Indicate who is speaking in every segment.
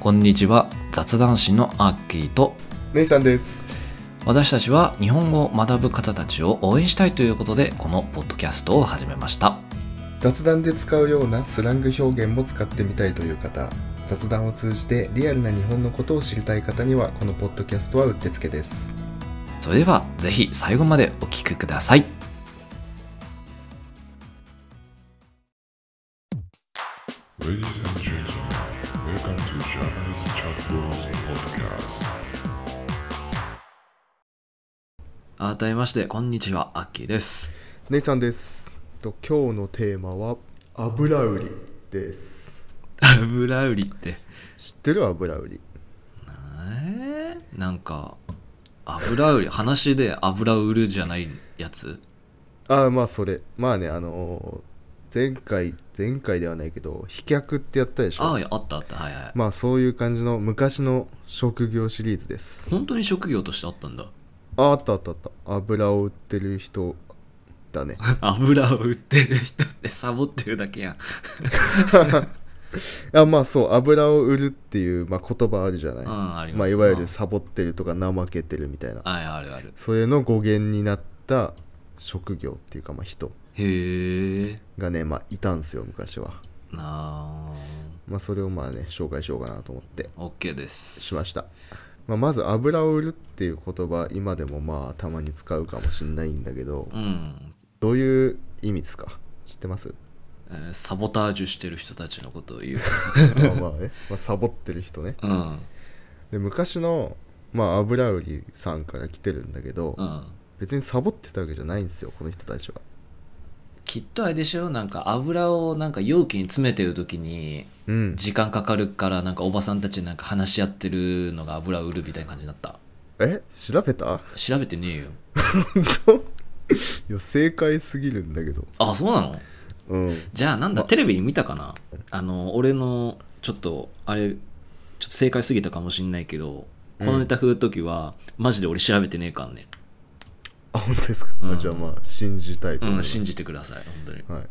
Speaker 1: こんにちは雑談師のアッキーと
Speaker 2: ネイさんです。
Speaker 1: 私たちは日本語を学ぶ方たちを応援したいということでこのポッドキャストを始めました
Speaker 2: 雑談で使うようなスラング表現も使ってみたいという方、雑談を通じてリアルな日本のことを知りたい方にはこのポッドキャストはうってつけです。
Speaker 1: それではぜひ最後までお聞きください
Speaker 3: Ladies and gentlemen, welcome to Japanese Chat Bros Podcast.
Speaker 1: 改めましてこんにちはアッキー です
Speaker 2: ネイさんです。と今日のテーマは油売りです。
Speaker 1: 油売りって
Speaker 2: 知ってる油売り。
Speaker 1: えー、なんか油売り話で油売るじゃないやつ
Speaker 2: ああまあそれ。まあねあのー前回前回ではないけど飛脚ってやったでしょ。
Speaker 1: あああったあったはいはい、
Speaker 2: まあそういう感じの昔の職業シリーズです。
Speaker 1: 本当に職業としてあったんだ
Speaker 2: ああったあったあった。油を売ってる人だね。
Speaker 1: 油を売ってる人ってサボってるだけやん
Speaker 2: あまあそう油を売るっていう、まあ、言葉あるじゃない、
Speaker 1: うんあります
Speaker 2: まあ、いわゆるサボってるとか怠けてるみたいな
Speaker 1: はいあるある
Speaker 2: それの語源になった職業っていうか、まあ、人
Speaker 1: へえ
Speaker 2: がね、まあ、いたんすよ昔は、
Speaker 1: なあ
Speaker 2: まあ、それをまあね紹介しようかなと思って
Speaker 1: オッケーです
Speaker 2: しました、まあ、まず油を売るっていう言葉今でもまあたまに使うかもしんないんだけど
Speaker 1: うん、
Speaker 2: どういう意味ですか知ってます
Speaker 1: えーサボタージュしてる人たちのことを言 う
Speaker 2: まあまあね、まあ、サボってる人ね
Speaker 1: うん
Speaker 2: で昔の、まあ、油売りさんから来てるんだけど、
Speaker 1: うん
Speaker 2: 別にサボってたわけじゃないんですよこの人たちは
Speaker 1: きっとあれでしょなんか油をなんか容器に詰めてる時に
Speaker 2: うん
Speaker 1: 時間かかるからなんかおばさんたちなんか話し合ってるのが油売るみたいな感じになった
Speaker 2: え調 べた
Speaker 1: 調べてねえよ
Speaker 2: 本当 いや正解すぎるんだけど
Speaker 1: あそうなの
Speaker 2: うん
Speaker 1: じゃあなんだテレビに見たかなあの俺のちょっとあれちょっと正解すぎたかもしんないけどこのネタ振る時は、マジで俺調べてねえかんね
Speaker 2: あ本当ですか、
Speaker 1: うん
Speaker 2: あじゃあまあ信じたいと
Speaker 1: う
Speaker 2: 思い
Speaker 1: ん
Speaker 2: ます、
Speaker 1: 信じてください本当に
Speaker 2: はい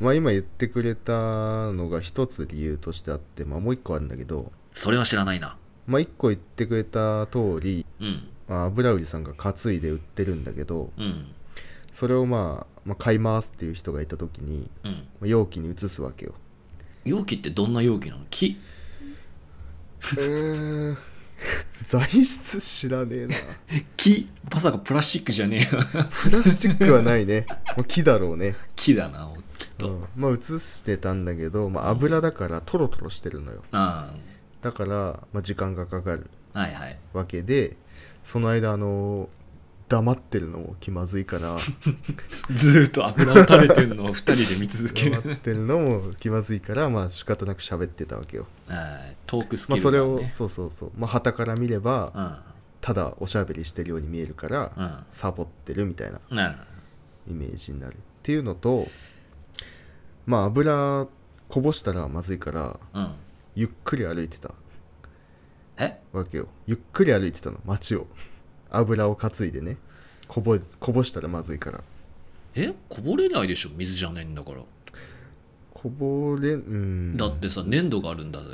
Speaker 2: まあ今言ってくれたのが一つ理由としてあってまあもう一個あるんだけど
Speaker 1: それは知らないな
Speaker 2: まあ一個言ってくれた通り
Speaker 1: うん
Speaker 2: まあ油売りさんが担いで売ってるんだけど
Speaker 1: うん
Speaker 2: それをまあ、まあ、買いますっていう人がいた時に
Speaker 1: うん
Speaker 2: まあ容器に移すわけよ
Speaker 1: 容器ってどんな容器なの木
Speaker 2: うーん 材質知らねえ な
Speaker 1: 木まさかプラスチックじゃねえよ
Speaker 2: プラスチックはないねもう木だろうね、
Speaker 1: 木だなきっと、
Speaker 2: うんまあ移してたんだけど、まあ、油だからトロトロしてるのよ
Speaker 1: あ
Speaker 2: だから、まあ、時間がかかる
Speaker 1: あはいはい
Speaker 2: わけでその間あの黙ってるのも気まずいから
Speaker 1: ずーっと油を垂れてるのを二人で見続ける
Speaker 2: 黙ってるのも気まずいからまあ仕方なく喋ってたわけよ、
Speaker 1: はいトークスキ
Speaker 2: まあ、
Speaker 1: ル
Speaker 2: そ
Speaker 1: だね
Speaker 2: れをそうそうそうまあ旗から見ればただおしゃべりしてるように見えるから、
Speaker 1: うんうん
Speaker 2: サボってるみたいな
Speaker 1: なる
Speaker 2: イメージになるっていうのとまあ油こぼしたらまずいから
Speaker 1: ほどうん
Speaker 2: ゆっくり歩いてた
Speaker 1: え
Speaker 2: わけよゆっくり歩いてたの街を油を担いでねこぼこぼしたらまずいから
Speaker 1: えこぼれないでしょ水じゃないんだから、
Speaker 2: こぼれうん
Speaker 1: だってさ粘土があるんだぜ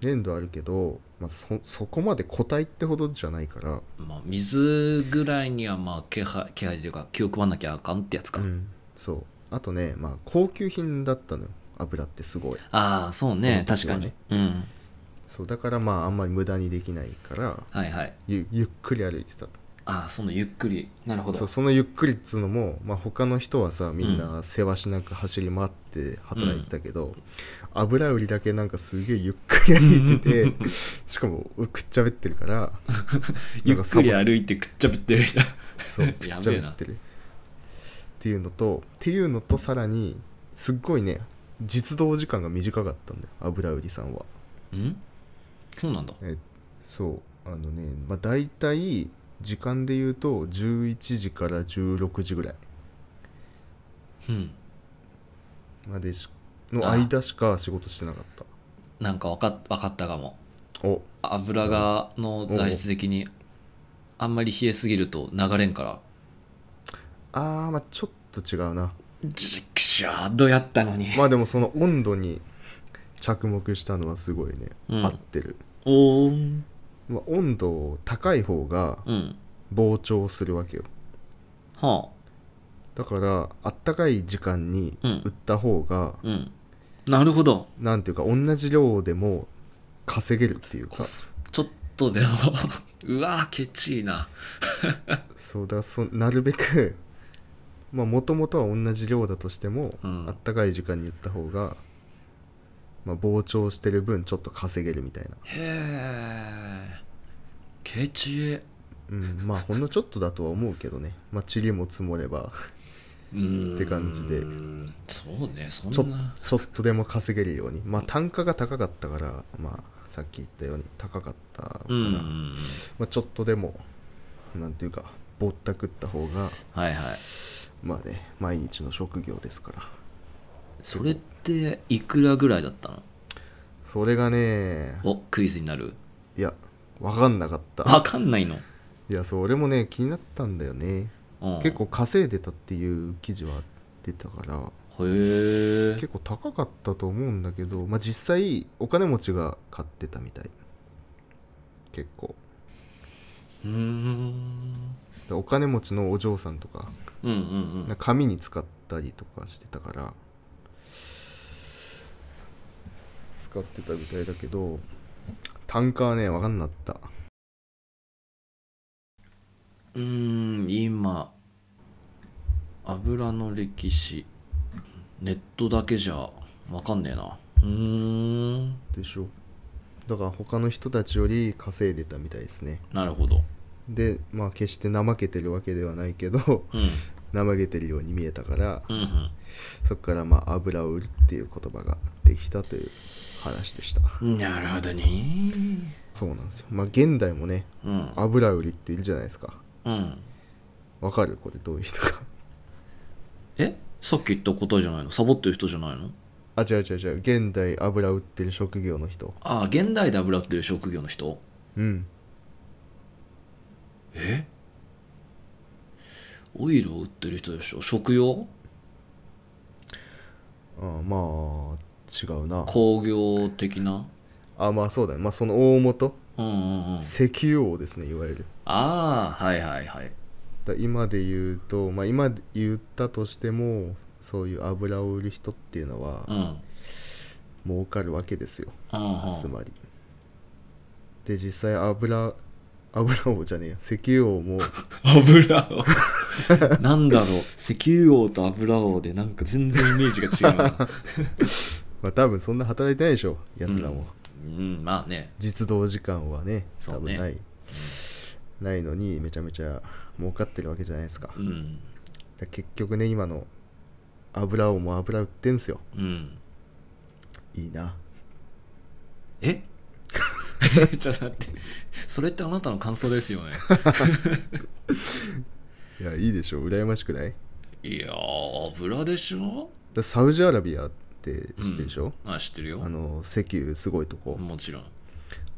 Speaker 2: 粘土あるけど、まあ、そそこまで固体ってほどじゃないから、
Speaker 1: まあ水ぐらいにはまあ気配気配というか気を配んなきゃあかんってやつか、
Speaker 2: うんそうあとねまあ高級品だったのよ油ってすごい
Speaker 1: ああそうね
Speaker 2: この
Speaker 1: 確
Speaker 2: 時
Speaker 1: か
Speaker 2: は
Speaker 1: に、
Speaker 2: ね
Speaker 1: うん
Speaker 2: そうだからまああんまり無駄にできないから
Speaker 1: はいはい
Speaker 2: ゆゆっくり歩いてた
Speaker 1: ああそのゆっくりなるほど
Speaker 2: そうそのゆっくりっつうのも、まあ、他の人はさみんなせわしなく走り回って働いてたけど、油売りだけなんかすげえゆっくり歩いててしかもくっちゃべって るから
Speaker 1: ゆっくり
Speaker 2: なんか
Speaker 1: 歩いてくっちゃべってる人
Speaker 2: サボそうくっ
Speaker 1: や
Speaker 2: ちゃ
Speaker 1: べ
Speaker 2: べ
Speaker 1: え
Speaker 2: っ
Speaker 1: な
Speaker 2: てるっていうのとっていうのとさらにすっごいね実動時間が短かったんだよ油売りさんは
Speaker 1: うんそうなんだ
Speaker 2: えそうあのね、まあ、大体時間で言うと11時から16時ぐらい
Speaker 1: うん
Speaker 2: までしの間しか仕事してなかっ
Speaker 1: なんかわかわかったかも
Speaker 2: たお
Speaker 1: 油がの材質的にあんまり冷えすぎると流れんから
Speaker 2: あーまあちょっと違うな
Speaker 1: じくしゃーどうやったのに
Speaker 2: まあでもその温度に着目したのはすごいね、
Speaker 1: うん
Speaker 2: 合ってる、
Speaker 1: おー
Speaker 2: まあ、温度高い方が
Speaker 1: うん
Speaker 2: 膨張するわけよ
Speaker 1: は
Speaker 2: だからあったかい時間に
Speaker 1: うん
Speaker 2: 売った方が、
Speaker 1: あうんなるほど
Speaker 2: なんていうか同じ量でも稼げるっていう
Speaker 1: コ
Speaker 2: か
Speaker 1: スちょっとでも うわーケチいな
Speaker 2: そうだそなるべく まあもともとは同じ量だとしても、
Speaker 1: うん
Speaker 2: あったかい時間に売った方が、まあ、膨張してる分ちょっと稼げるみたいな、
Speaker 1: へえケチえ
Speaker 2: うん、まあほんのちょっとだとは思うけどねまあ塵も積もれ
Speaker 1: っ
Speaker 2: ばって感じで
Speaker 1: そうねそ
Speaker 2: ちょ
Speaker 1: んな
Speaker 2: ちょっとでも稼げるようにまあ単価が高かったからまあさっき言ったように高かったか
Speaker 1: う
Speaker 2: ら、
Speaker 1: ん
Speaker 2: まあ、ちょっとでもなんていうかぼったくった方が
Speaker 1: はいはい
Speaker 2: まあね毎日の職業ですから
Speaker 1: それっていくらぐらいだったの
Speaker 2: それがね
Speaker 1: おクイズになる
Speaker 2: いやわかんなかった
Speaker 1: わかんないの、
Speaker 2: いやそれもね気になったんだよね
Speaker 1: うん、
Speaker 2: 結構稼いでたっていう記事は出たから
Speaker 1: へえ
Speaker 2: 結構高かったと思うんだけど、まあ、実際お金持ちが買ってたみたい結構
Speaker 1: うーん
Speaker 2: でお金持ちのお嬢さんとか
Speaker 1: うんうんう
Speaker 2: なんんか紙に使ったりとかしてたから使ってたみたいだけど単価はね分かんなかった
Speaker 1: うーん今油の歴史ネットだけじゃわかんねえなうーん
Speaker 2: でしょだから他の人たちより稼いでたみたいですね
Speaker 1: なるほど
Speaker 2: でまあ決して怠けてるわけではないけど
Speaker 1: うん
Speaker 2: 怠けてるように見えたから
Speaker 1: うんうん
Speaker 2: そこからまあ油を売るっていう言葉ができたという話でした
Speaker 1: なるほどね。
Speaker 2: そうなんですよまあ現代もね
Speaker 1: うん。
Speaker 2: 油売りっているじゃないですか
Speaker 1: うん。
Speaker 2: わかるこれどういう人か
Speaker 1: えさっき言った答えじゃないのサボってる人じゃないの
Speaker 2: あ違う違う違う現代油売ってる職業の人
Speaker 1: ああ、現代で油売ってる職業の人
Speaker 2: うん
Speaker 1: えオイルを売ってる人でしょ食用
Speaker 2: あまあ違うな
Speaker 1: 工業的な
Speaker 2: あまあそうだねまあその大元
Speaker 1: うんうんうん。
Speaker 2: 石油王ですねいわゆる
Speaker 1: ああ、はいはいはい。
Speaker 2: だ今で言うとまあ今言ったとしてもそういう油を売る人っていうのは
Speaker 1: うん。うん
Speaker 2: 儲かるわけですよ、つ
Speaker 1: うん。
Speaker 2: まりで実際油油王じゃねえや石油 王も
Speaker 1: 油を。 なんだろう。石油王と油王でなんか全然イメージ が違うな。
Speaker 2: まあ多分そんな働いてないでしょやつらも、
Speaker 1: うん、まあね。
Speaker 2: 実動時間はね
Speaker 1: そ
Speaker 2: 多
Speaker 1: うね
Speaker 2: 分ない、ないのにめちゃめちゃ儲かってるわけじゃないですか
Speaker 1: うん。
Speaker 2: だ結局ね今の油をもう油売ってんすよ
Speaker 1: うん。
Speaker 2: いいな
Speaker 1: え ちょっと待ってそれってあなたの感想ですよ ね
Speaker 2: いやいいでしょ羨ましくない
Speaker 1: いやー油でしょ
Speaker 2: だサウジアラビアって知ってるでしょ、
Speaker 1: うんあ知ってるよ
Speaker 2: あの石油すごいとこ、
Speaker 1: もちろん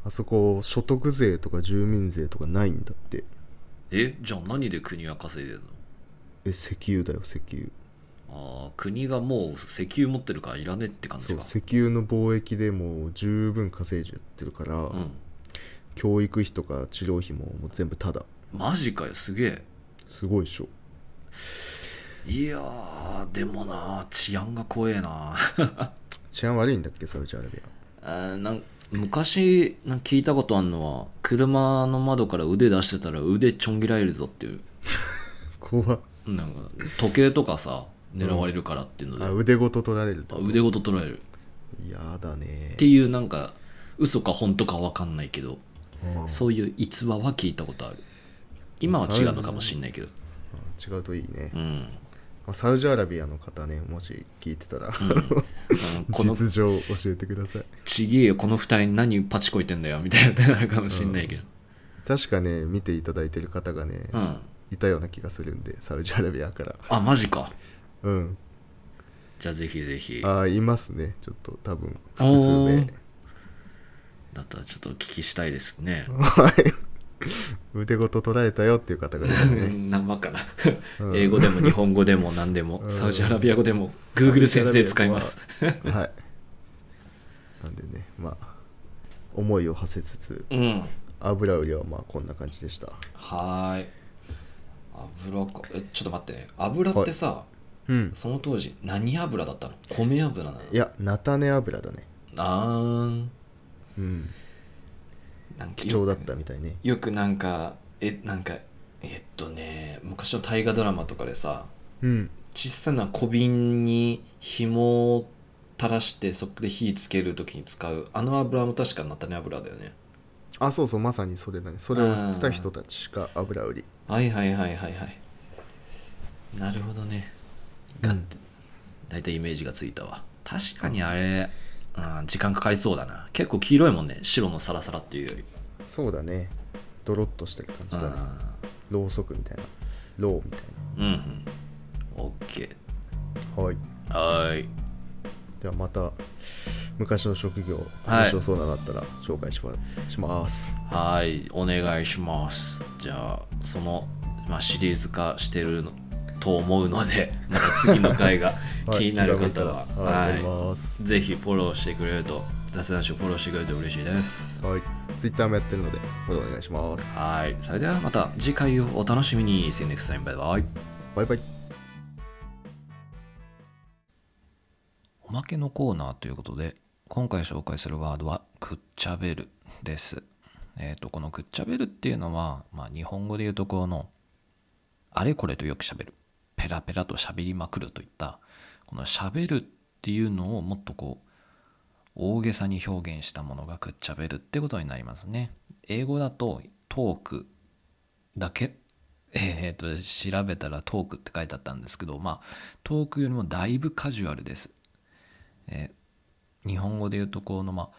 Speaker 2: あそこ所得税とか住民税とかないんだって
Speaker 1: えじゃあ何で国は稼いでる
Speaker 2: え石油だよ石油
Speaker 1: のあー国がもう石油持ってるからいらねって感
Speaker 2: そ
Speaker 1: じ
Speaker 2: う
Speaker 1: か
Speaker 2: 石油の貿易でもう十分稼いじゃってるから、
Speaker 1: うん
Speaker 2: 教育費とか治療費ももう全部タダ
Speaker 1: マジかよすげ
Speaker 2: すごいでしょ
Speaker 1: えいやーでもな治安が怖えな
Speaker 2: 治安悪いんだっけサウジアラビ
Speaker 1: あーなん昔なんか聞いたことあるのは車の窓から腕出してたら腕ちょん切られるぞっていう
Speaker 2: ア怖っ
Speaker 1: なんか時計とかさ狙われるからっていうので、
Speaker 2: あ腕ごと取られる
Speaker 1: あ
Speaker 2: と
Speaker 1: 腕ごと取られる
Speaker 2: やだね
Speaker 1: っていうなんか嘘か本当かわかんないけど
Speaker 2: うん
Speaker 1: そういう逸話は聞いたことある今は違うのかもしんないけど
Speaker 2: あ違うといいね、
Speaker 1: うん、うん
Speaker 2: まあサウジアラビアの方ねもし聞いてた ら、
Speaker 1: あのこの
Speaker 2: 実情を教えてください
Speaker 1: ちげえよこの二人何パチこいてんだよみたいなって なるかもしんないけど
Speaker 2: 確かね見ていただいてる方がね、
Speaker 1: うん、
Speaker 2: いたような気がするんでサウジアラビアから
Speaker 1: あマジか
Speaker 2: うん
Speaker 1: じゃあぜひぜひだっ
Speaker 2: ああいますねちょっと多分
Speaker 1: お
Speaker 2: 複数
Speaker 1: ー
Speaker 2: 名
Speaker 1: たらちょっとお聞きしたいですね
Speaker 2: はい 腕ごと取られたよっていう方がいますね
Speaker 1: 何番かな、
Speaker 2: うん
Speaker 1: 英語でも日本語でも何でも、
Speaker 2: うん
Speaker 1: サウジアラビア語でも Google 先生使います
Speaker 2: はいねまあ思いを馳せつつ
Speaker 4: うん
Speaker 2: 油売りはまあこんな感じでした
Speaker 4: はーい油かえちょっと待ってね油ってさ、
Speaker 2: うん
Speaker 4: その当時何油だったの米油なの
Speaker 2: いや菜種油だね
Speaker 4: あーん
Speaker 2: うん
Speaker 4: なんか
Speaker 2: 貴
Speaker 4: よく
Speaker 2: 重だったみたいね
Speaker 4: よくなんかえなんかえっとね昔の大河ドラマとかでさ
Speaker 2: うん
Speaker 4: 小さな小瓶に紐を垂らしてそこで火つけるときに使うあの油も確か菜種油だよね
Speaker 2: あそうそうまさにそれだねそれを売ってた人たちしか油売り
Speaker 4: はいはいはいはいはいなるほどねが、
Speaker 2: うん
Speaker 4: 大体イメージがついたわ確かにあれ、うん、時間かかりそうだな結構黄色いもんね白のサラサラっていうより
Speaker 2: そうだねドロッとしてる感じだねろうそくみたいなろうみたい
Speaker 4: うんうんオッケ
Speaker 2: なはい
Speaker 4: ーはーい
Speaker 2: ではまた昔の職業
Speaker 4: はい
Speaker 2: 面白そうなのあったら紹介しま,、します
Speaker 4: はいお願いしますじゃあその、まあ、シリーズ化してるのと思うので また次の回が気になる方は、
Speaker 2: 気が向いたらはい、
Speaker 4: は
Speaker 2: 思います
Speaker 4: い、ぜひフォローしてくれると雑談集フォローしてくれると嬉しいです
Speaker 2: はいツイッターもやってるのでフォローお願いします
Speaker 4: はいそれではまた次回をお楽しみに See you next time bye bye
Speaker 2: バイバイ
Speaker 1: おまけのコーナーということで今回紹介するワードは「くっちゃべる」です。えっとこの「くっちゃべる」っていうのは、まあ、日本語でいうところの「あれこれとよくしゃべる」「ペラペラとしゃべりまくる」といったこの「しゃべる」っていうのをもっとこう大げさに表現したものがくっちゃべるってことになりますね。英語だとトークだけえっと調べたらトークって書いてあったんですけどまあトークよりもだいぶカジュアルです。えー日本語で言うとこの、まあ、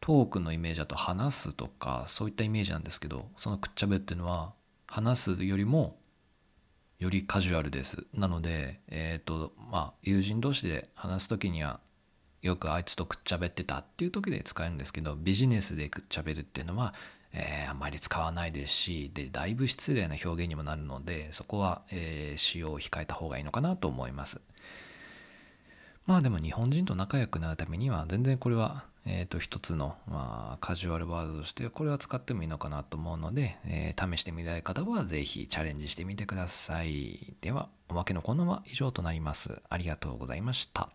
Speaker 1: トークのイメージだと話すとかそういったイメージなんですけどそのくっちゃべっていうのは話すよりもよりカジュアルですなのでえっ、とまあ友人同士で話す時にはよくあいつとくっちゃべってたっていう時で使えるんですけどビジネスでくっちゃべるっていうのは、えーあんまり使わないですしでだいぶ失礼な表現にもなるのでそこは、えー使用を控えた方がいいのかなと思いますまあでも日本人と仲良くなるためには全然これは、えー、と一つの、まあ、カジュアルワードとしてこれは使ってもいいのかなと思うので、えー試してみたい方はぜひチャレンジしてみてください。ではおまけのこのまま以上となります。ありがとうございました。